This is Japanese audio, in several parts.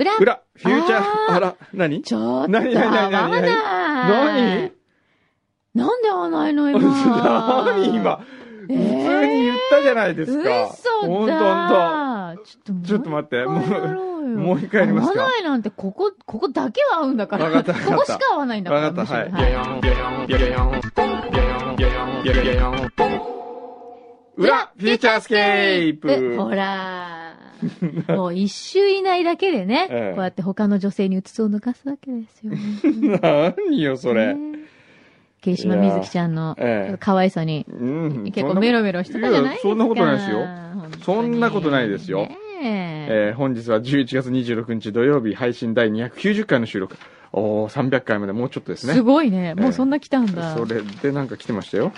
裏裏、フューチャー、あーあら、何ちょっと、何何何何合わない。何なんで合わないの今。 何今、え普ー通に言ったじゃないですか。ほ嘘んとほんだとちょっと待って、もう、うもう一回やります合かわ。ないなんて、ここ、ここだけは合うんだから。わかったわかったここしか合わないんだから。わかったむしろはビャヤンビャヤンビャヤンビャヤンビャヤンビャヤン裏、フューチャースケーほプ らー。もう一周以内だけでね、ええこうやって他の女性にうつつを抜かすわけですよ。何よ、それ。ね。霧島みずきちゃんの、ええ可愛さに、うん結構メロメロしてたじゃないですか。そんなことないですよ本当にそんなことないですよねええー本日は11月26日土曜日配信第290回の収録。おー、300回までもうちょっとですね。すごいね。もうそんな来たんだ。それでなんか来てましたよ。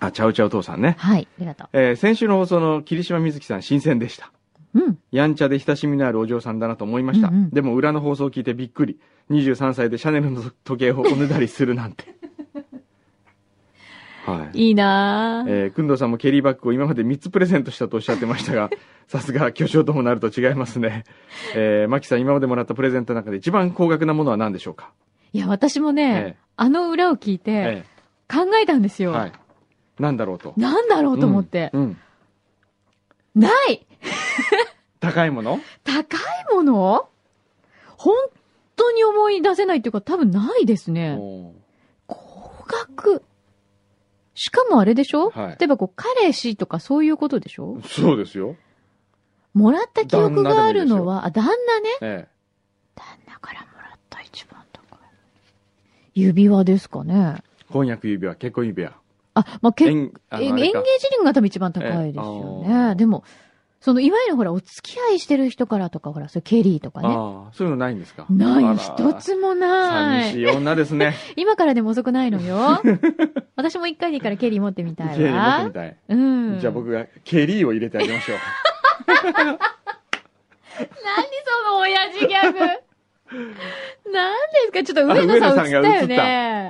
あ、ちゃうちゃう父さんね。はい、ありがとう。えー先週の放送の霧島みずきさん新鮮でした。うん。やんちゃで親しみのあるお嬢さんだなと思いました。うんうんでも裏の放送を聞いてびっくり。23歳でシャネルの時計をおねだりするなんて。 はい。いいなぁ。えー、くんどうさんもケリーバッグを今まで3つプレゼントしたとおっしゃってました が、さすが巨匠ともなると違いますね。えー、マキさん今までもらったプレゼントの中で一番高額なものは何でしょうかいや、私もええ、ねあの裏を聞いて、え考えたんですえよ。はい。なんだろうと。なんだろうと思って。うん。うんない 高いもの高いもの本当に思い出せないっていうか、多分ないですね。おー高額。しかもあれでしょ、はい例えばこう、彼氏とかそういうことでしょそうですよ。もらった記憶があるのは、あ、旦那ね。ええ。旦那からもらった一番高い。指輪ですかね。婚約指輪、結婚指輪。あ、まあ、結縁あえエのンあれゲージかリングが多分一番高いですよね。でも、その、いわゆるほら、お付き合いしてる人からとか、ほら、それケリーとかね。ああ、そういうのないんですかない、あら一つもな寂しい。い女です ね。今からでも遅くないの よ。私も一回でいいからケリー持ってみたいケリー持ってみ。たわい。うん。じゃあ。僕がケリーを入れてあげましょう。何その親父ギ ャグ。何ですかちょっと上野さん映ったあ上野さよね。んが映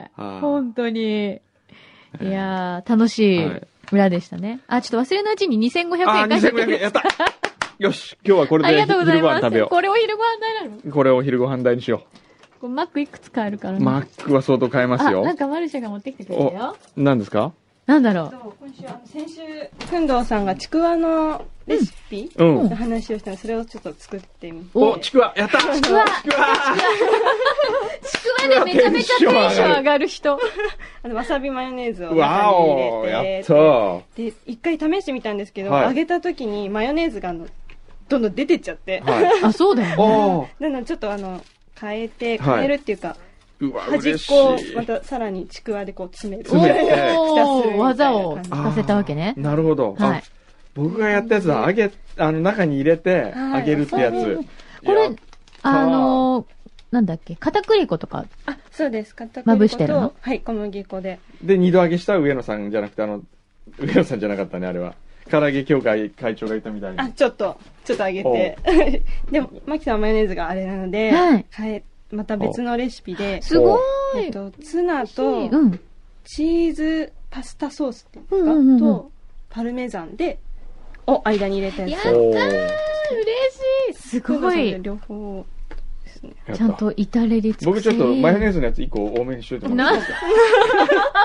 ったあー本当に。いやー、楽しいはい村でしたね。あ、ちょっと忘れないうちに2500円ああ、返してくれ2500円やったよし、今日はこれありでがとうござ昼いごま飯食べす。よこれを昼ご飯代なのう。これを昼ご飯代にしよこうマックいくつかあるからう。ね。マックは相当買えますあ、よな。んかマルシェが持ってきてくれたよ。何ですかなんだろ今週あの先週くんどうさんがちくわのレシピうのん。話をしたのでそれをちょっと作ってみておお、ちくわやったちくわちくわう。ちくわでめちゃめちゃテンション上がる人。あのわさびマヨネーズわを中にお入れてやったで一回試してみたんですけど、はい揚げた時にマヨネーズがあのどんどん出てっちゃって、はい。あ、そうだよね。おーなのでちょっとあの変えてはい変えるっていうか、うわ、端っ嬉しい。こをまたさらにちくわでこう詰める詰めておひたすらみたいー、な技を聞かせたわけね。なるほど。はあい、。僕がやったやつは、揚げ、あの、中に入れて、はい揚げるってやそうつ。こいやれ、あのー、なんだっけ、片栗粉とか、あそうです片まぶ栗し粉てるのと、はい、小麦粉でで、二度揚げした上野さんじゃなくて、あの、上野さんじゃなかったね、あれは。唐揚げ協会会長がいたみたいあに。ちょっとちょっと揚げて でもマキさんはマヨネーズがあれなので、はい変えまた別のレシピですごえっーい。と、ツナとうん。チーズパスタソースっていうんですか、うんうんうんとパルメザンでを間に入れたややっつたーお嬉ーしいす工ご藤さんいで。両方ですねやったちゃんと至れり尽くせり僕ちょっとマヨネーズのやつ一個多めにしといてもらっていいですか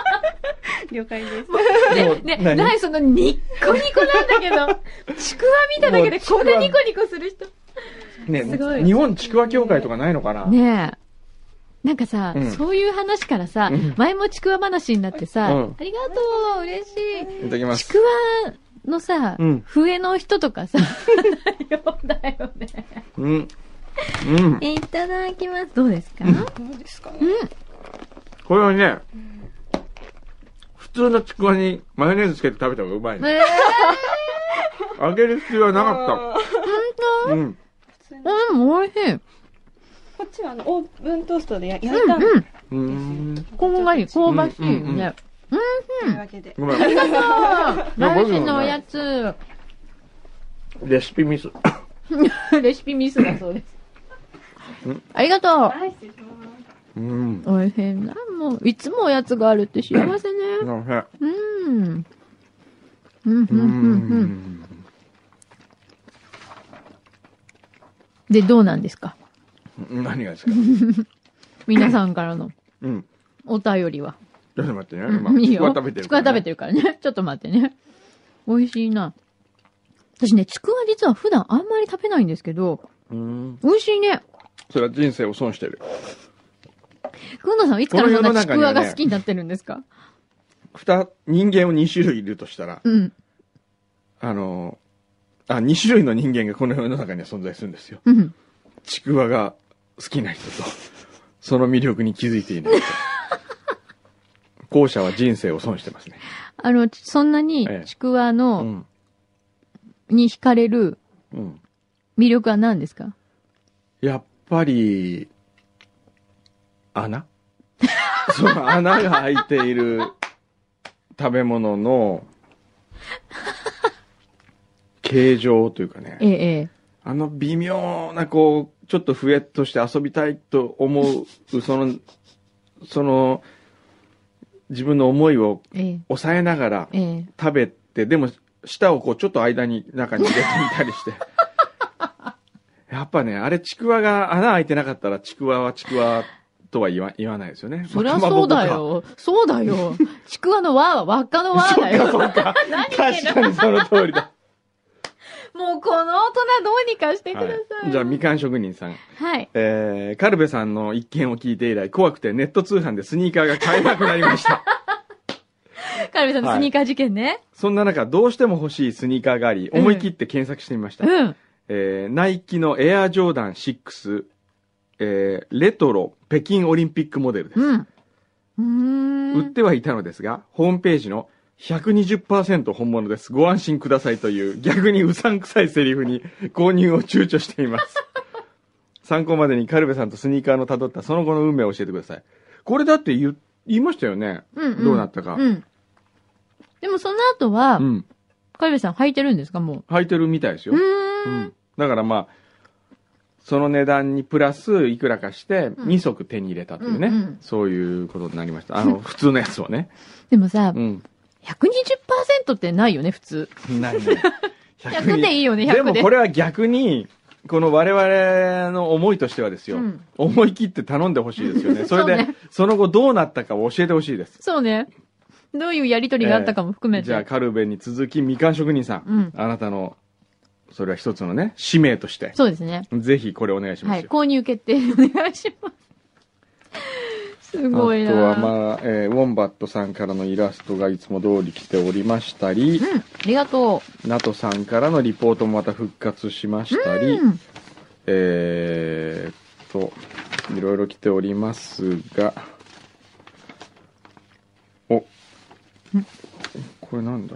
了解 ですでもね、何ないそのニッコニコなんだけど、ちくわ見ただけでこんなニコニコする人。すごいね、日本ちくわ協会とかないのかなねえ。なんかさ、うんそういう話からさ、うん前もちくわ話になってさ、うんありがとう、嬉しいただきい。まちす。くわのさ、うん笛の人と かさ、ようだよね。うん。うん。えいただきます。どうですかどうですかねこれはね、普通のちくわにマヨネーズつけて食べた方がうまいね。え揚げる必要はなかった。うん。普通にー、でも美味しい。こっちはあのオーブントーストでや焼いたんうんでううん。ーん。こんがりと香ばしいね。いうわけで。ごめん。あうんラルシのおやつ。 レシピミス。レシピミスだそうです。ありがとう。はい、失礼します。うん。おいしいな。もう、いつもおやつがあるって幸せね。おいしいうん。うん、うん、ううんん、うん。で、どうなんですかうん何がですか皆さんからのうん。お便りは。ちょっと待ってね。う今、ん、いいちくよ。わ食べてるちくわ食べてる。るからね。ちょっと待ってね。美味しいな。私ね、ちくわ実は普段あんまり食べないんですけど、うん。美味しいね。それは人生を損してる。くんどさんはいつからそんこの世のなち中くにはわねが好きになってるんですか、二、人間を2種類いるとしたら、うん。あの、あ、2種類の人間がこの世の中には存在するんですよ。うん。ちくわが好きな人と、その魅力に気づいていない人。後者は人生を損してますね。あの、そんなにええちくわうの、ん。に惹かれるうん。魅力は何ですかやっぱり、穴 その穴が開いている食べ物の形状というかね。ええ、えあの微妙な、こう、ちょっと笛として遊びたいと思う、その、その、自分の思いをえ、ええ、抑えながらええ。食べて、でも、舌をこう、ちょっと間に、中に入れてみたり して。やっぱね、あれ、ちくわが穴開いてなかったら、ちくわはちくわとは言わ言わないですよね。そりゃまあそうだ。よ。そうだ よ。ちくわの輪は輪っかの輪だよ。かまあ僕はそうか。 確かにその通り だ。もうこの大人どうにかしてくださ。はいい、じゃあ、みかん職人さん。はい。えー、カルベさんの一件を聞いて以来、怖くてネット通販でスニーカーが買えなくなりま した。カルビさんのスニーカー事件ね。そんな中、どうしても欲しいスニーカーがあり、思い切って検索してみました。うん。えー、ナイキのエアジョーダン6、えー、レトロ北京オリンピックモデルです。うん。うーん。売ってはいたのですが、ホームページの120%本物です。ご安心くださいという逆にうさんくさいセリフに購入を躊躇しています。 参考までにカルベさんとスニーカーの辿ったその後の運命を教えてください。これだって言う言いましたよね。うんうん、どうなったかうん。でもその後は、うん。カルビさん履いてるんですかも履いてるみたいですう。よう。ー。うんん。だからまあ、その値段にプラスいくらかしてん2足手に入れたというね、うんうんそういうことになりました。あの、普通のやつをね。でもさ、うん。 120%ってないよね、普通。ないね。 100でいいよね、100でで。もこれは逆に、この我々の思いとしてはですよ、うん思い切って頼んでほしいです よね。それで、そそうねの後どうなったかを教えてほしいです。そうね。どういうやりとりがあったかも含めて。じゃあ、カルベに続き、みかん職人さん、うんあなたの、それは一つのね、使命として、そうですね。ぜひこれお願いしまはすい。よ。購入決定お願いします。すごいあとなは、まあ、えーウォンバットさんからのイラストがいつも通り来ておりましたりう、ん、ありがとナトさんからのリポートもまた復活しましたう。り、うん。えーっと、いろいろ来ておりますが、お、これなんだ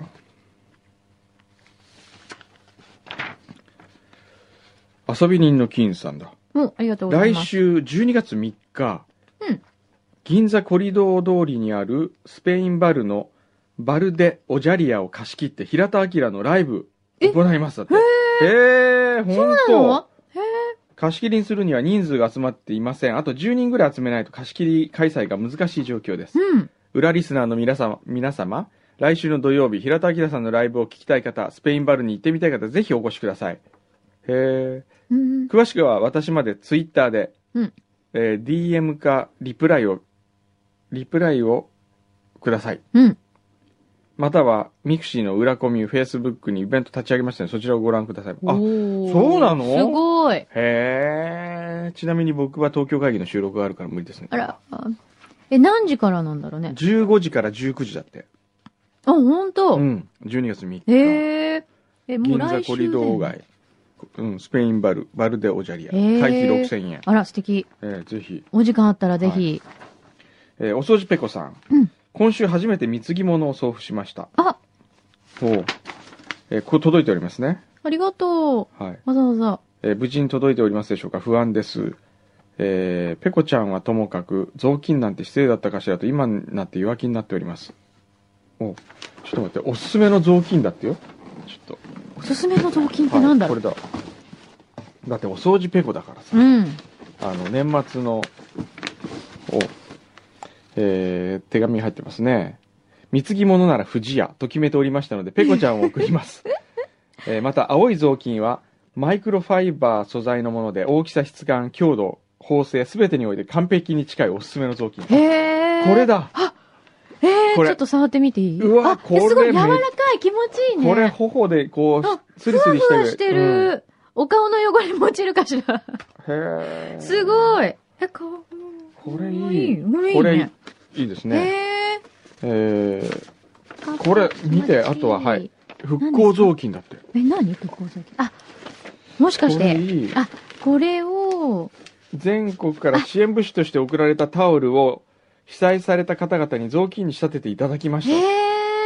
遊び人の金さんだ。もう、ありがとうござい来ます。週12月3日、うん銀座コリドー通りにあるスペインバルのバルデ・オジャリアを貸し切って平田明のライブえ行いますだって。へえ、本そうな当の貸し切りにするには人数が集まっていません。あと10人ぐらい集めないと貸し切り開催が難しい状況です。うん。裏リスナーの皆様、皆様、来週の土曜日、平田明さんのライブを聞きたい方、スペインバルに行ってみたい方、ぜひお越しください。へえ。うん。詳しくは私までツイッターで、うんえー DM かリプライを、リプライをください。うん。または、ミクシーの裏コミュ、Facebook にイベント立ち上げましたので、そちらをご覧ください。あ、へおーそうなのすごい。え。ちなみに僕は東京会議の収録があるから無理ですね。あら。え、何時からなんだろうね。 15時から19時だって。あ、ほんと。うん。12月3日。へえ。え、も銀う来座週。コリドー。街。うん、スペインバル、バルデオジャリア。へー会費6000円。あら、素敵。えーぜひ。お時間あったらぜひ。えーお掃除ペコさん。うん今週初めて貢ぎ物を送付しました。あ、おうえーこう届いておりますね。ありがとはい。う。わざわざ。えー無事に届いておりますでしょうか不安です。えーペコちゃんはともかく雑巾なんて失礼だったかしらと今になって弱気になっておりますおちょっと待っておすすめの雑巾だってよちょっおすすめの雑巾っとてなんだはろ、いうこれだだってお掃除ペコだからさ、うん。あの年末のお、えー手紙入ってますね貢ぎ物なら藤屋と決めておりましたのでペコちゃんを送ります えーまた青い雑巾はマイクロファイバー素材のもので大きさ質感強度縫製全てにおいて完璧に近いおすすめの雑巾こへえ。れ。だええこれちょっと触ってみていいうわあ、これすごい柔めらかい、気持ちいいね。これ頬でこあうスリスリしふてわるしてる、お顔の汚れも落ちるかし ら。うんへえすごい。え、かわこれいいいい。うんいいね。これいいですねね。えーえー、これ見てあとははい。復興雑巾だってえ、何復興雑巾。あ、もしかしこれて、いいあ、これを、全国から支援物資として送られたタオルを被災された方々に雑巾に仕立てていただきまへしたえ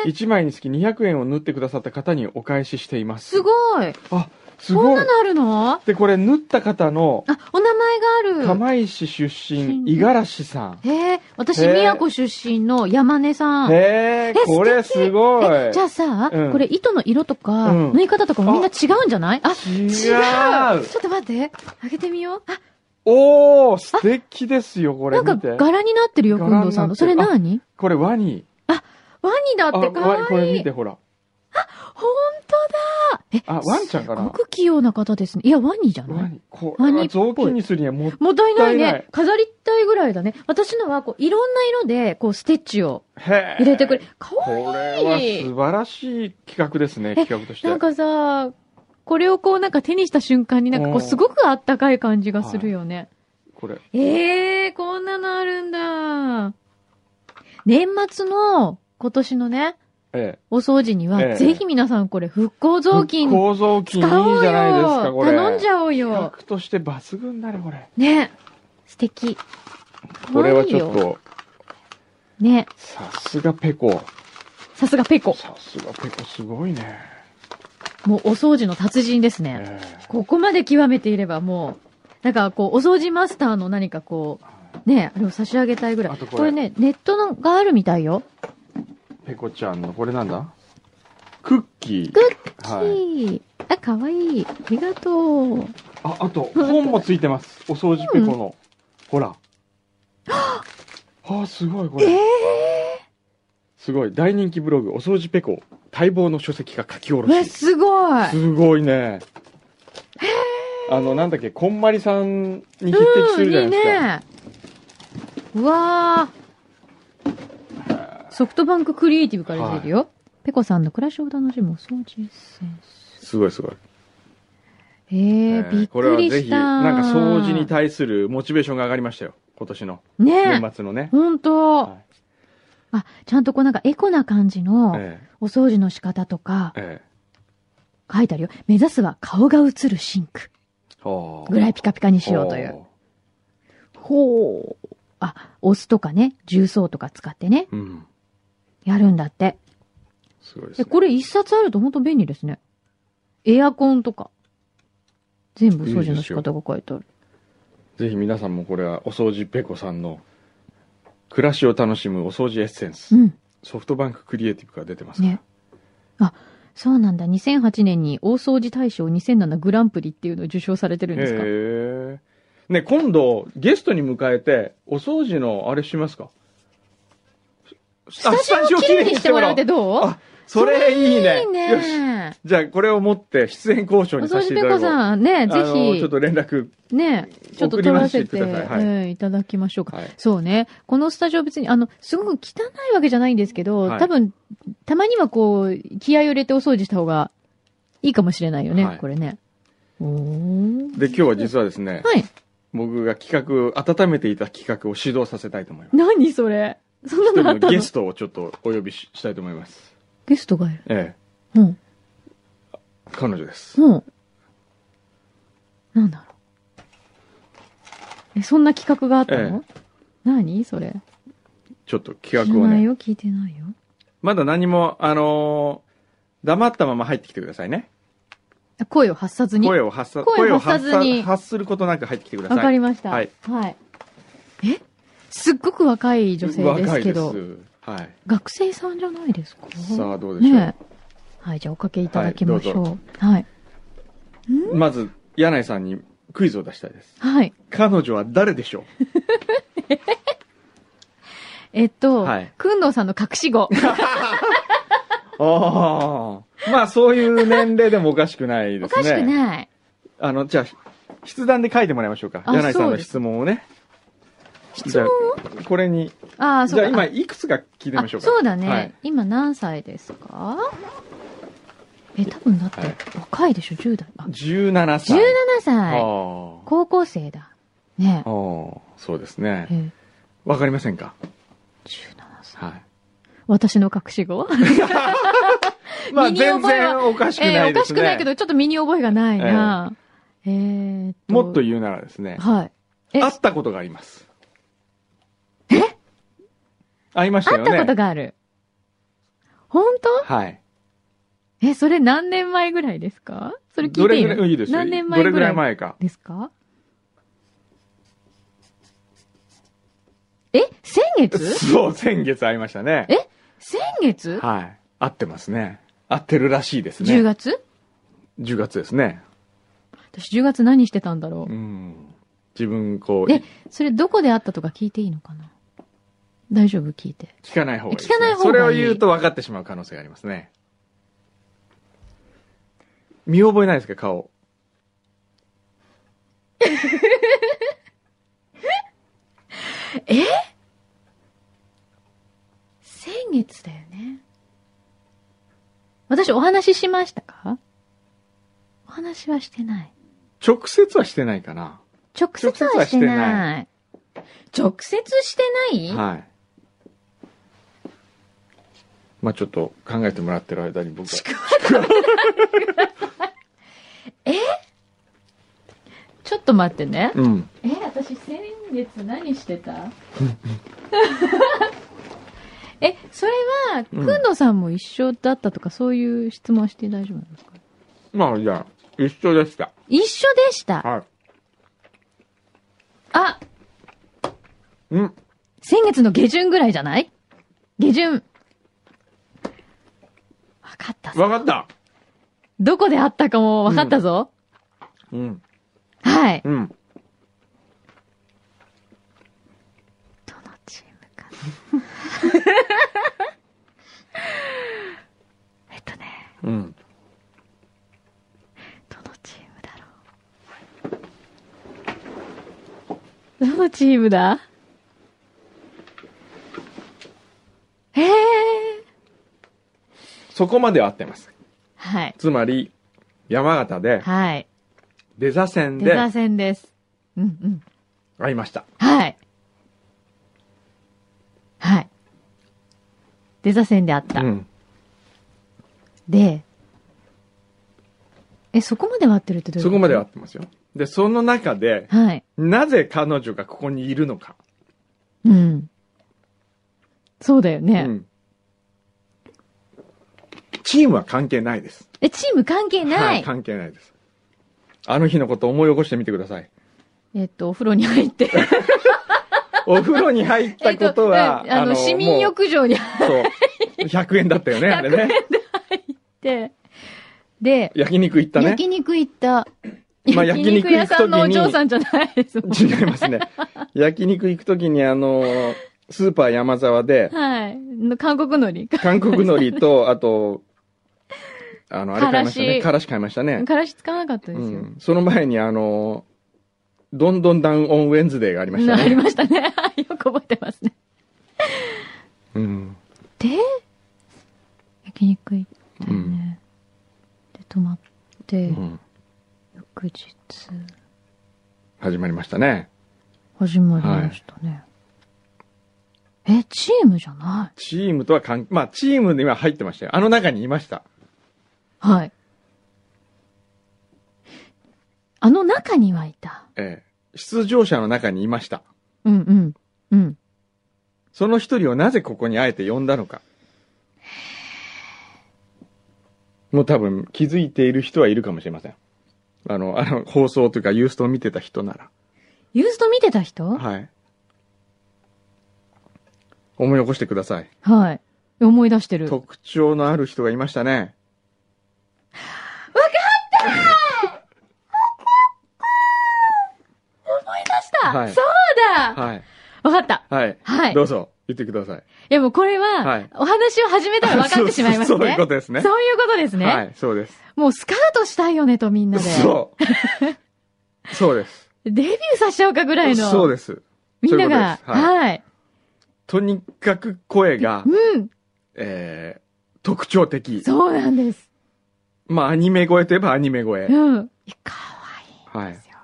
ー、 1枚につき200円を縫ってくださった方にお返ししていますすごい。あすこんごいなのあるのあ、でこれ縫った方のお名前がある。釜石出身うん五十嵐さんへえー、私、へー宮古出身の山根さん。へええこれ素敵すごいえ、じゃあさ、うんこれ糸の色とか、うん縫い方とかもみんな違うんじゃないあ、違うちょっと待って。開けてみよう。あ、おお素敵ですよこれなんか見て柄になってるよ、柄近になってる藤さんの。それ何これワニワニだっあてかワこわれい見いて。ほらほんとだえ、あワンちゃんかなすごく器用な方ですね。いや、ワニじゃなワいニこワれニはっぽい雑巾にするにはもうもったいないもったいなねい。飾りたいぐらいだね。私のは、こう、いろんな色で、こう、ステッチをへえ入れてくれ。かわこれは素晴らしい企画ですね、え企画として。なんかさ、これをこう、なんか手にした瞬間になんかこうう、んすごくあったかい感じがするよね。これ。ええー、こんなのあるんだ。年末の今年のね、ええ。お掃除には、ええぜひ皆さんこれ復興雑巾復興雑巾いい使おうじよゃないですか、これ。頼んじゃおう企よ画として抜群だね、これ。ね素敵これはち可ょっ愛いよと、ねさすがペコ。さすがペコさすがペコ、すごいね。もうお掃除の達人ですね、えここまで極めていればもうなんかこうお掃除マスターの何かこうねあれを差し上げたいぐらいあとここれれねネットのがあるみたいよえペコちゃんの、これなんだクッキー。クッキはい。ー、あかわいいありがとうあ、あと、本もついてます。お掃除ペコの。ほら。あ、すごい、これ。すごい。大人気ブログ、お掃除ペコ、待望の書籍が書き下ろえし。すごいすごいね。あの、なんだっけ、こんまりさんに匹敵するじゃないですか。うんいいねうわーソフトバンククリエイティブから出てるよ、ペコさんの暮らしを楽しむお掃除センスすごいすごい。へええーびっこれくはりぜしひ、たなんか掃除に対するモチベーションが上がりましたよ。今年の、ねえ年末のね。本当、はいあちゃんとこうなんかエコな感じのえお掃除の仕方とかえええ書いてあるよ目指すは顔が映るシンクほうぐらいピカピカにしようという。ほうあお酢とかね重曹とか使ってねほううん。やるんだってすごいです、え、ね。これ一冊あると本当便利ですね。エアコンとか。全部掃除の仕方が書いてある。ぜひ皆さんもこれは、お掃除ペコさんの、暮らしを楽しむお掃除エッセンス。うん。ソフトバンククリエイティブが出てますから。ね。あ、そうなんだ。2008年に大掃除大賞2007グランプリっていうのを受賞されてるんですか。へえ。ね、今度、ゲストに迎えて、お掃除のあれしますかスタジオをきれいにしてもらうってどうあそれいいね。いいよし。ね。じゃあ、これを持って出演交渉おに掃させ除ていペただこコう。さんあね、ぜのちょっひ、と連絡。ね、ちょっと送取りらましせてくて、ださいはいええいただきましょうか。はい。そうね。このスタジオ別に、あの、すごく汚いわけじゃないんですけど、はい多分、たまにはこう、気合を入れてお掃除した方がいいかもしれないよね、はいこれね。おーで、今日は実はですね、はい。僕が企画、温めていた企画を指導させたいと思います。何それそんな一 のあ人のったのゲゲスストをちょっとお呼びししたいと思い ます。トがいる。えうん。え、彼女です。うん。なんだろう。え、そんな企画があったの、何それ。ちょっと知ら企画をないね、よ、聞いてないよ。まだ何も、あのー黙ったまま入ってきてくださいね。声を発さずに。声を発さ、声を発さずに声を発さ発することなく入ってきてください。わかりました。はい。えすっごく若い女性ですけど若、いです。はい。学生さんじゃないですかさあ、どうでしょう。ねえはい、じゃあおかけいただきましょう。はい。まず、柳井さんにクイズを出したいです。はい。彼女は誰でしょえっとはい、くんどうさんの隠しう子。ああ。まあ、そういう年齢でもおかしくないでおすね。かしくない。あの、じゃあ、筆談で書いてもらいましょうか。あ柳井さんそうのです質問をね。質問じゃあこれに。ああ、じそゃあうか今、。いくつか聞いてみあましょうか。そうだはねい。今何歳ですかえ、多分だってはい若いでしょ、10代。あ、 17歳。 17歳。あ高校生だ。ねあ。ああ、そうですえ。ね。えわかりませんか17歳。は私の隠し子い。 まあ、身に全覚えは然おかしくえないえおでかすしね。くないけど、ちょっと身に覚えがないな。えーっと。もっと言うならですね、はい。え、会会っったことがあります。え会いましたよね。たことがある。本当はい。え、それ何年前ぐらいですかそれ聞どいてれいいぐらのい、いいですよ。何年前どれぐぐららいい前か。ですかえ先 月そう、先月会いましたね。え先月、はい。合ってますね。合ってるらしいですね。 ?10 月10月ですね。私10月何してたんだろうう、ん。自分、こう、え、それどこで会ったとか聞いていいのかな大丈夫聞いて。聞かない方がいいですね、聞かない方がいいそれを言うと分かってしまう可能性がありますね。見覚えないですか、顔。先月だよね。私お話ししましたかお話はしてない。直接はしてないかな。直接はしてな。ない直接してない、はい。まあちょっと考えてもらってる間に僕は。ちょっと待ってね。うん。え、私先月何してた え、それは、くうんんどさんも一緒だったとか、そういう質問して大丈夫なんですかまあじゃあ、一緒でした。一緒でした。はあ、い。うん。先月の下旬ぐらいじゃない下旬。わかったぞ。わかった。どこで会ったかもわかったぞ。うん。はい。うん。どのチームか なえっとね。うん。どのチームだろう。どのチームだへえ。そこまでは合ってます。はい。つまり、山形で、はい。出座線デでザ戦です。うんうん。会いました。はい。はい。デザ戦であった。うん。で、え、そこまでは合ってるってどういうそことこまでは合ってますよ。で、その中で、はい。なぜ彼女がここにいるのか。うん。そうだようね。ん。チームは関係ないです。え、チーム関係ない、はい、関係ないです。あの日のことを思い起こしてみてください。えっと、お風呂に入って。、お風呂に入ったことはえっとうんあの、市民浴場に入もうそう。100円だったよね、あれね。って、で、焼肉行ったね。焼肉行った。まあ焼肉屋さんのお焼肉行く時に嬢さんじゃないですもん。違いますね。焼肉行くときに、あの、スーパー山沢で、はい。の韓国のり。韓国海苔と、 あと、あの、あれ買いましたからね。しからし買いましたね。からしつかなかったでうすよ。ん。その前に、あの、どんどんダウンオンウェンズデーがありましたありね。ましたね。 はいよく覚えてますね。うん。で、焼肉行ったよね。で、泊まって、うん翌日、始まりましたね。始まりましたね。え、チームじゃないチームとは関、まあ、チームには入ってましたよ。あの中にいました。はい。あの中にはいた。ええ出場者の中にいました。うんうん。うん。その一人をなぜここにあえて呼んだのか。もう多分気づいている人はいるかもしれません。あの、あの、放送というかユーストを見てた人なら。ユースト見てた人ははい。思い起こしてください。い。思い出してる。わか特徴のある人がいましたね。った、はいそうだわ、はい。かったはい。はいどうぞ、言ってください。いやもうこれは、はいお話を始めたら分かってしまいますね。そういうことですね。そういうことですね。はい、そうです。もうスカートしたいよねとみんなで。 そう。そうです。デビューさせちゃおうかぐらいの。そうです。みんなが。そういうことですははい。とにかく声 が、うん。えー、特徴的。そうなんです。まあ、アニメ声といえばアニメ声。うん。いやかわいいはんいです。よ。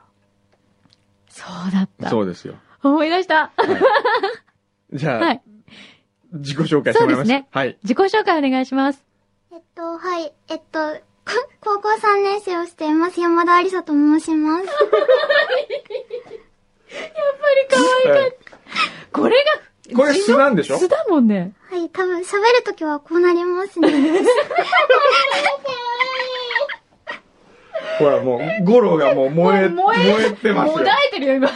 そうだった。そうですよ。思い出した。 じゃあ、はい。自己紹介してもらいそうでますす。ねはい。自己紹介お願いします。えっと、はい、えっと、高校3年生をしています。山田ありさと申します。 これが、これ素なんでしょ素だもんね。はい、多分喋るときはこうなりますね。ほら、もう、ゴロがもう燃え、もう燃えてますもよだ。えてるよ、今。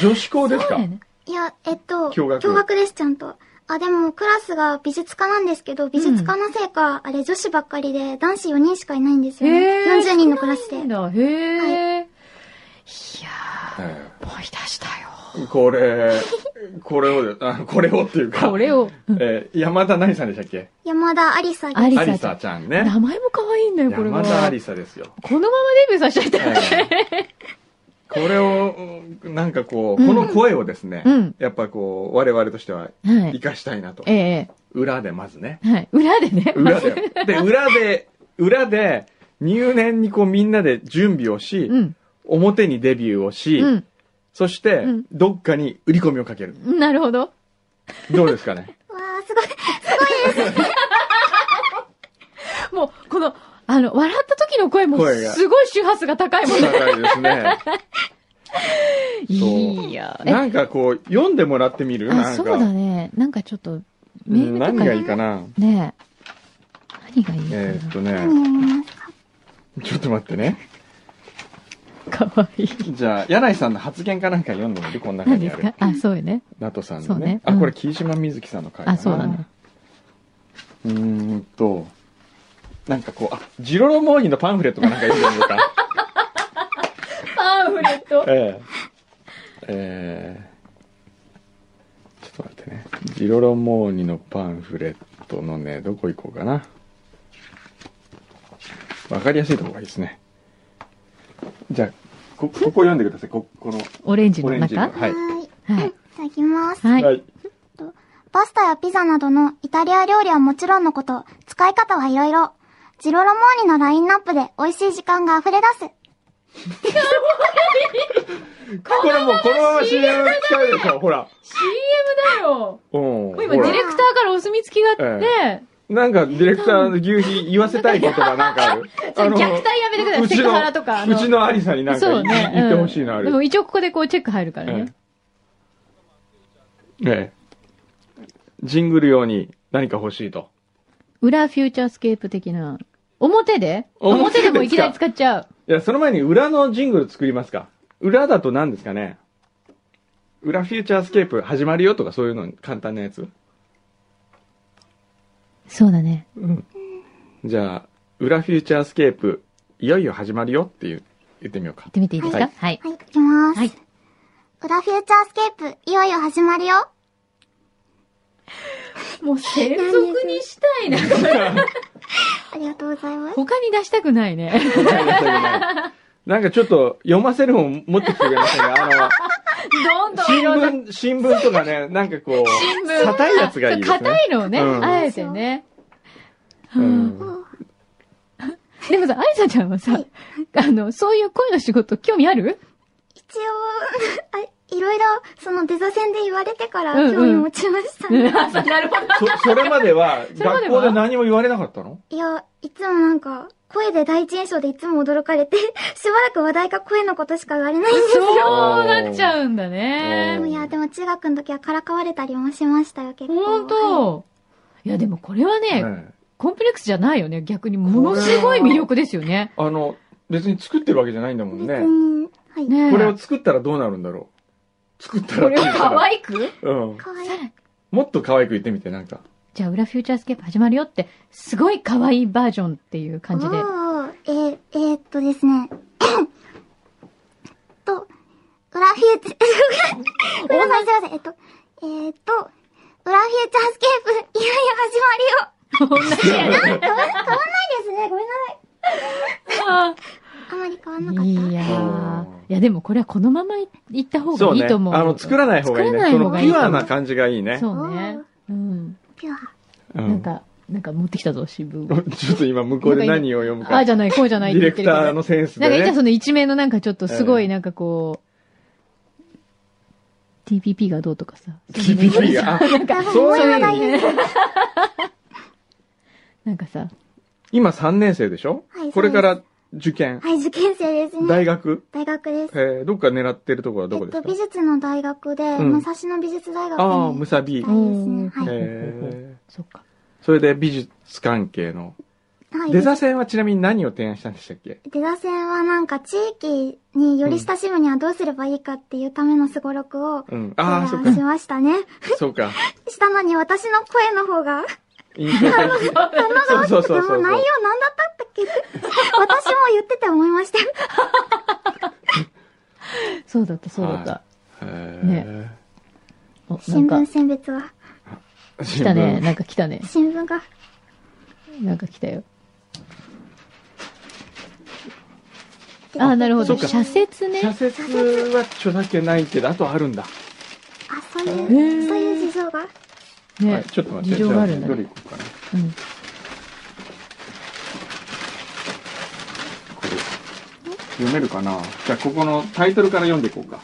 女子校ですかそうだよねいや、えっと、驚愕です、ちゃんと。あ、でも、クラスが美術科なんですけど、美術科のせいか、あれ女子ばっかりで、男子4人しかいないんですよね。40人のクラスで。そうなんだへえ、い、やえー、思い出したよ。ーこれ、これを、あこれをっていうか、これを、えー山田何さんでしたっけ山田ありさアです。リアリサちゃサん。ちゃん名ね。前も可愛いんだよ、これは。山田アリサですよ。このままデビューさせちゃいたい。えーこれを、うんなんかこう、この声をですね、うんやっぱこう、我々としてはは生い。かしたいなと。ええ裏でまずね。はい。裏でね。裏で。で、裏で、裏で、入念にこうみんなで準備をし、 うん。表にデビューをし、うん。そして、うんどっかに売り込みをかける。なるほど。どうですか ねわー、すごい。もう、この、あの、笑った時の声も声がすごい周波数が高いもんね。高いですね。そういいや。えなんかこう、読んでもらってみるなんか。あ、そうだね。なんかちょっと、メーうんルとか何がいいかなねえ。何がいいかな、えーっと何ね、やりますかちょっと待ってね。かわいい。じゃあ、柳井さんの発言かなんか読んでみるこの中何にであするか。あ、そうよね。ナトさんそのうね。ねあ、うんこれ、霧島みずきさんの回かなあ、そうだね。。うーんと、なんかこう、あ、ジロロモーニのパンフレットかなんか読んでみるか。 パンフレット。ええ。ええ。ちょっと待ってね。ジロロモーニのパンフレットのね、どこ行こうかな。わかりやすいとこがいいですね。じゃあ、こ、ここ読んでください。こ、この、オレンジオのレンジ中の。ははい。はい。いい。ただきます。はい。はい。パスタやピザなどのイタリア料理はもちろんのこと、使い方はいろいろ。ジロロモーニのラインナップで美味しい時間が溢れ出す。これもう、このまま CM 使うでしょ。ほら。 CM だよ。うん。もうほ今、らディレクターからお墨付きがあって、。なんか、ディレクターの牛皮言わせたい言葉なんかあるそれ虐待やめてください。うちセクのハラとか。あのうちのアリさんになんかそう言,、ね。言ってほしいのあうんるで。も一応ここでこうチェック入るからね。ええええジングル用に何か欲しいと。裏フューチャースケープ的な。表で表表ででもいきなり使っちゃう。いや、その前に裏のジングル作りますか。裏だと何ですかね。裏フューチャースケープ始まるよとかそういうの簡単なやつ。そうだね。じゃあ、裏フューチャースケープ、いよいよ始まるよっていう、言ってみようか 言っ。てみていいですかはい。はい、いきます。はい裏フューチャースケープ、いよいよ始まるよ。もう専属にしたいな。ありがとうございま す。他に出したくないね。 なんかちょっと読ませる本持ってきてくれません かあの、どんどんい新ろんな。聞、新聞とかね、なんかこ新う、聞。硬いやつがいいですね。硬いのをね、うんあえてね。うん。でもさ、ありさちゃんはさ、あの、そういう声の仕事、興味ある一応、 あいろいろ、そのデザ戦で言われてからうんうん興味持ちましたね。あ、そうなるほど。そ、それまでは、 それまで学は校で何も言われなかったのいや、いつもなんか、声で第一印象でいつも驚かれて、 しばらく話題か声のことしか言われないんです。 そうなっちゃうんだねおー。いや、でも中学の時はからかわれたりもしましたよ、結構。本はい当いや、でもこれはね、えコンプレックスじゃないよね。逆にものすごい魅力ですよね。あの、別に作ってるわけじゃないんだもん別ね。に、はい。ねえこれを作ったらどうなるんだろう。作ったらこってれを言った可ら。愛くうん。かわいい。もっと可愛く言ってみて、なんか。じゃあ、裏フューチャースケープ始まるよって、すごい可愛いバージョンっていう感じで。おーえー、えーっとですね。 と、裏フューチャー、ごめんなさい、すいません。えっと、えーっと、裏フューチャースケープ、いよいよ同じやね。 始まりを。変わん変わんないですね。ごめんなさい。あまり変わんなかった。いやーいや、でもこれはこのままいった方がいいと思う。あの、作らない方がいいね。作らない方がいいそのピュアな感じがいいね。そうね。うん。ピュア。うなんか、なんか持ってきたぞ、渋谷。ん ちょっと今、向こうで何を読むあか。あじゃない、こうじゃデないっィてレ言っクてるけどターのセンスなでんか、いたね。その一面のなんかちょっとすごええい、なんかこう、TPP がどうとかさ。 TPP が。あそうそういう話い題う、です。なんかさ、今3年生でしょはいこれから受験。はい、受験生ですね。大学大学です。えー、どっか狙ってるとこはどこえっですかと、美術の大学で、ん武蔵野美術大学ああ、にむさび行きた。いですね。うんはい。えそっか。ー、それで美術関係の。はい、デザ戦はちなみに何を提案したんでしたっけ出田線はなんか地域により親しむにはどうすればいいかっていうためのすごろくを、うん。ああ、そう提案しか。ましたね。 そうか。したのに私の声の方が、印象的。 そうそうそうもそうう。 内容なんだったっけって、私も言ってて思いました。そうだった、そうだった。へおな新んか聞、選別は、ー。来来たね。なんか来たね。新聞が、なんか来たよ。あ、なるほそど。うか社説ね。社説は著作権ないけど、あとあるんだ。あ、そうへいう、ーそういう事情が。はねい、ちょっと待っ事て。情があるんだじゃあどれね行。こうかな。うん。読めるかなじゃあ、ここのタイトルから読んでいこうか。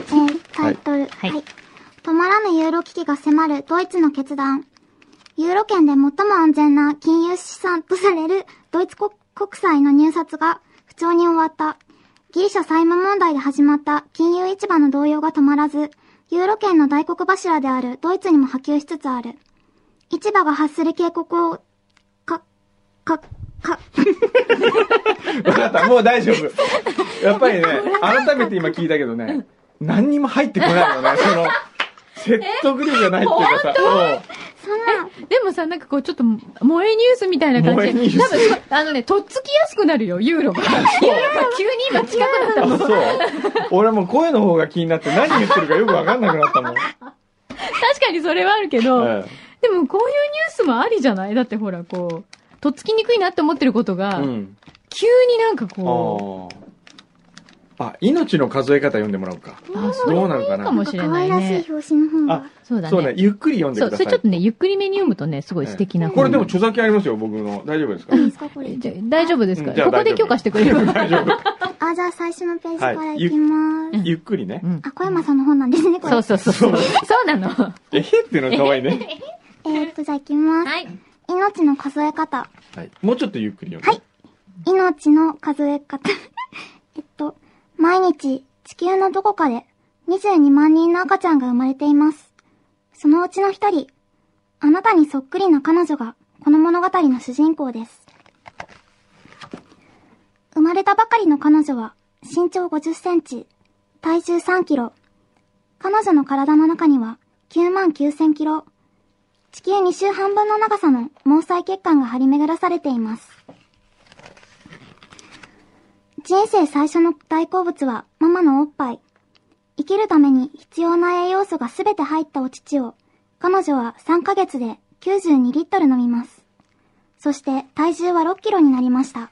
えータイトル、はいい、止まらぬユーロ危機が迫るドイツの決断。ユーロ圏で最も安全な金融資産とされるドイツ国国債の入札が不調に終わった。ギリシャ債務問題で始まった金融市場の動揺が止まらず、ユーロ圏の大黒柱であるドイツにも波及しつつある。市場が発する警告を、か、か、か、わかった、もう大丈夫。やっぱりね、改めて今聞いたけどね、何にも入ってこないのね、その、説得力がないっていうかさ、そんな、でもさ、なんかこう、ちょっと、萌えニュースみたいな感じで。萌えニュース多分、あのね、とっつきやすくなるよ、ユー ロが。ユーロが急に今近くなったうんもん。そう。俺もう声の方が気になって何言ってるかよくわかんなくなったもん。確かにそれはあるけど、えでもこういうニュースもありじゃないだってほら、こう、とっつきにくいなって思ってることえが、うん。急になんかこああ。あ、命の数え方読んでもらおうか。あそれどうなるかいいかもな。なんか可愛らしい表紙の本があ。う、そうだそうねね、。ゆっくり読んでそくう、だそされちょっいと。ね、ゆっくりめに読むとね、すごい素敵なこれ本。でも著作権ありますよ、僕の。大丈夫ですかいいですかこれ。じゃ大丈夫ですかうんじゃあここで大丈許夫可してくれ る大丈夫。あ、じゃあ最初のページからはいいゆきます。ゆっくりねう。んあ、小山さんの本なんですね、これ。そうそうそう。そうそうなの。はえへっていうの可愛い ね。えーっと、じゃあ行きます。い。命の数え方。はい。もうちょっとゆっくり読んで。命の数え方。 えっと、毎日、地球のどこかで、22万人の赤ちゃんが生まれています。そのうちの一人、あなたにそっくりな彼女が、この物語の主人公です。生まれたばかりの彼女は、身長50センチ、体重3キロ。彼女の体の中には、9万9000キロ。地球2周半分の長さの毛細血管が張り巡らされています。人生最初の大好物はママのおっぱい。生きるために必要な栄養素がすべて入ったお乳を、彼女は3ヶ月で92リットル飲みます。そして体重は6キロになりました。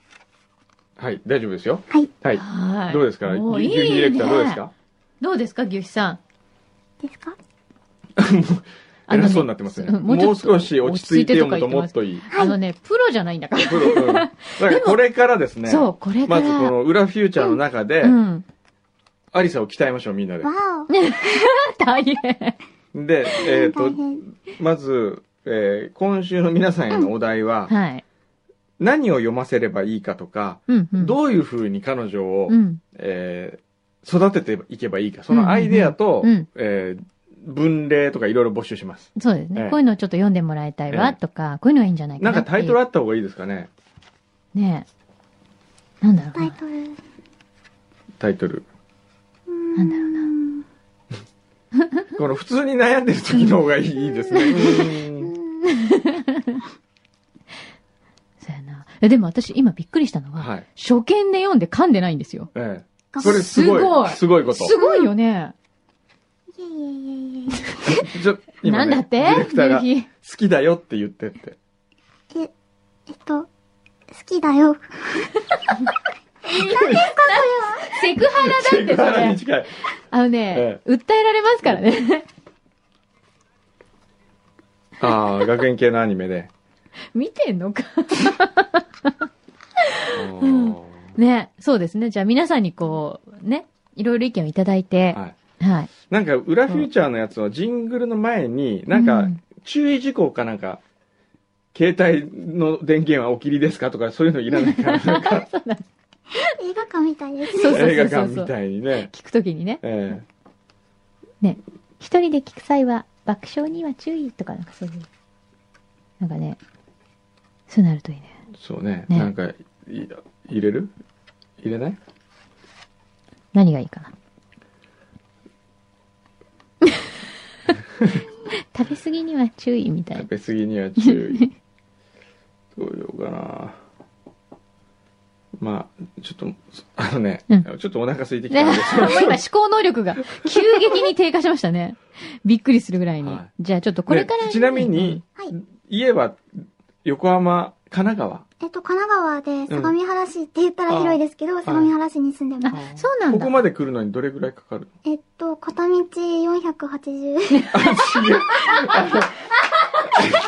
はい、大丈夫ですよ。はい。はい。はい。どうですかもうぎいゅいぎゅぎゅディレクターどうですねかどうですか、牛肥さん。ですかあのね偉そうになってますね。うんももううちょっと少し落ち着いて読むともっといい。あのね、プロじゃないんだから。プロうんだからこれからですね。そう、これかまずら。この裏フューチャーの中でう、ん。 アリサを鍛えましょう、みんなでわ。大変。で、お。えっ大と、変。まず、えー今週の皆さんへのお題は、はい。何を読ませればいいかとか、うん、うん。どういうふうに彼女をう、ん。えー育てていけばいいか、そのアイデアとうんうんうん、えー文例とかいろいろ募集します。そうですね、ええこういうのをちょっと読んでもらいたいええわとか、こういうのがいいんじゃないかななんかタイトルあっった方がいいですかね。ていうねえなんだろうタイなトル。うタイトル。ーんなんだろこの普通に悩んでる時の方がいいですね。うんそうやなえでも私今びっくりしたのは、はい。初見で読んで噛んでないんですよええ。がそれすごい。すすごごいいこと。すごいよね、いやいやいやいやいや。ちょ今なんねだってディレクターがゆうひ好きだよって言ってって。え、えっと、好きだよ。 セクハラだってセクそハラにれ近い。あのね、え訴えられますからね ああ、学園系のアニメで。見てんのかおうんーねそうですねじゃあ皆さんにこうねいろいろ意見をいただいてはい。はいなんか、裏フューチャーのやつのジングルの前に、なんうかん、注意事項かなんか、携帯の電源はお切りですかとか、そういうのいらないから、なん か、映画館みたいですそうね。そう映そう画そ館うそみうたいにね。聞くときにねえ一人で聞く際は爆笑には注意とかなんかそういうなんかねそうなるといいねえそうね。ねなんか、い入れる入れない何がいい かな食べ過ぎには注意みたいな食べ過ぎには注意。 どうしようかな。まあ、ちょっと、あのね、うんちょっとお腹空いてきね、た もんう で、そろそろ今思考能力が急激に低下しましたね。びっくりするぐらいに。はいじゃあちょっとこれから、ねちなみに、はい。家は横浜、神奈川。えっと、神奈川で相模原市って言ったら広いですけど、相模原市に住んでうん。ます。あ、そうなんこだ。こまで来るのにどれぐらいかかるえっと、片道480。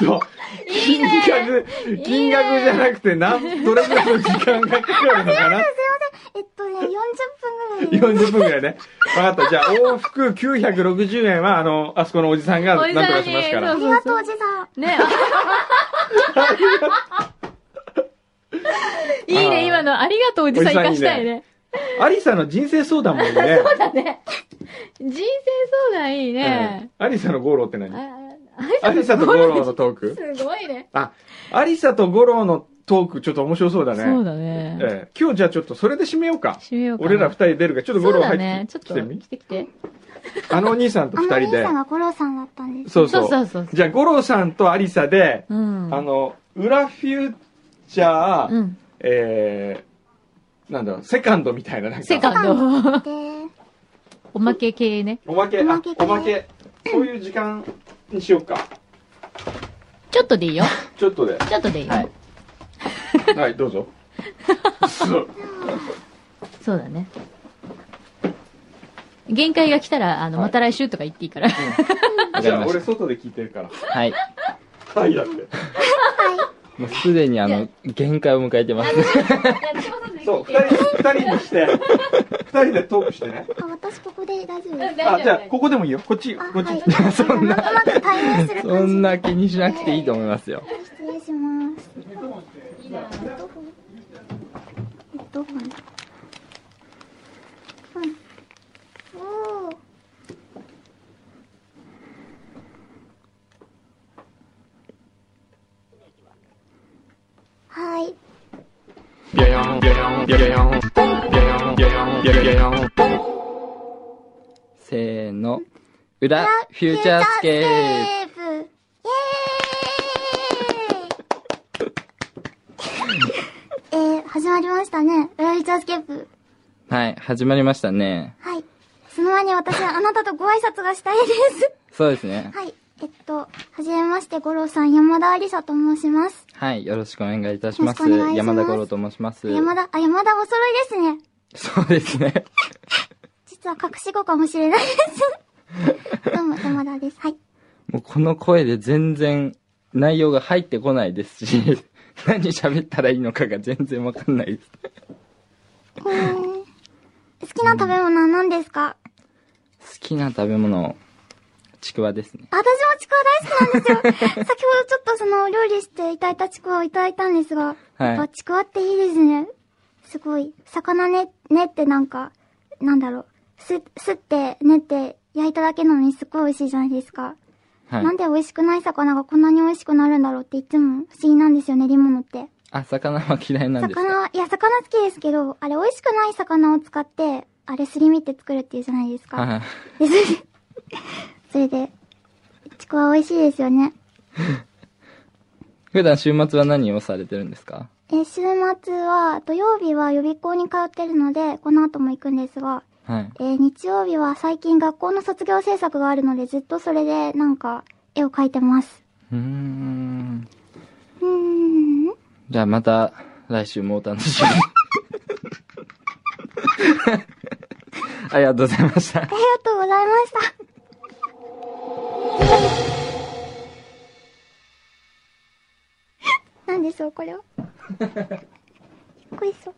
の金額、金額じゃなくて、なん、どれぐらいの時間がかかるのかなえっとね、40分ぐらいで。 ?40 分ぐらいね。わかった。じゃあ、往復960円は、あの、あそこのおじさんがおなじんさとかんにしますかそらあ。りがとう、おじさん。ね。 いいね、今の。ありがとう、おじさん生かしたいね。アリサの人生相談 もいいね。人生相談いいね。アリサのゴロって何あアリサとゴロのトークすごいね。あ、アリサとゴロのトークちょっと面白そうだね。そうだね。ええ今日じゃあちょっとそれで締めようか。締めようかな。俺ら二人出るから、ちょっとそゴうロだ入ねっ。ちてょっきとてみ来。て来て。あのお兄さんとあ二の人兄でさん。が五郎さんだったんです。そうそそうう。そうそう。じゃあ、五郎さんとアリサで、うん。あの、裏フューチャー、うん。えー、なんだ、セカンドみたいな、なんか。セカンド。で、おまけ系ね。おまけ、おまあけ、おまけ。そういう時間にしようか。ちょっとでいいよ。ちょっとで。ちょっとでいいよ。はいはい、どうぞ。そうそうだね。限界が来たら、あの、はいまた来週とか言っていいから。わかじりゃあ、まし俺外で聞いてるから。た。はい。はい、だって。もうすでにあの、限界を迎えてます。そう、二人、二人にして、二人でトークしてね。あ、私ここで大丈夫です。あ、じゃあ、ここでもいいよ。こっち、あ、こっち。はい。 そんな。うまく対応する感じ。そんな気にしなくていいと思いますよ。失礼します。ヘッドホン。ヘッドホン。うん。おーはい。せーの。裏、フューチャースケープ。プ。イエーイえー、始まりましたね。裏フューチャースケープ。はい、始まりましたね。はい。その前に私はあなたとご挨拶がしたいです。 そうですね。はい。えっと、はじめまして、五郎さん、山田ありさと申します。はい、よろしくお願いいたします。よろしくお願いします山田五郎と申します。山田、あ、山田お揃いですね。そうですね。実は隠し子かもしれないです。どうも、山田です。はい。もうこの声で全然内容が入ってこないですし、 何喋ったらいいのかが全然わかんないです。えー好きな食べ物は何ですか好きな食べ物、ちくわですね。私もちくわ大好きなんですよ。先ほどちょっとその、料理していただいたちくわをいただいたんですが、やっぱちくわっていいですね。すごい。魚ね、ねってなんか、なんだろう。す、すって、練って、焼いただけなのにすっごい美味しいじゃないですか。はいなんで美味しくない魚がこんなに美味しくなるんだろうっていつも不思議なんですよ、練り物って。あ魚は嫌いなんですか魚、いや、魚好きですけど、あれ美味しくない魚を使って、あれすり身って作るっていうじゃないですか。はでそれいで、 それで、ちくわ美味しいですよね。普段週末は何をされてるんですかえ、週末は、土曜日は予備校に通ってるので、この後も行くんですが、はいえー日曜日は最近学校の卒業制作があるので、ずっとそれでなんか、絵を描いてます。うーんうーん。じゃあまた来週もお楽しみに ありがとうございましたありがとうございました。 なんでしょう、これは。びっくりそう。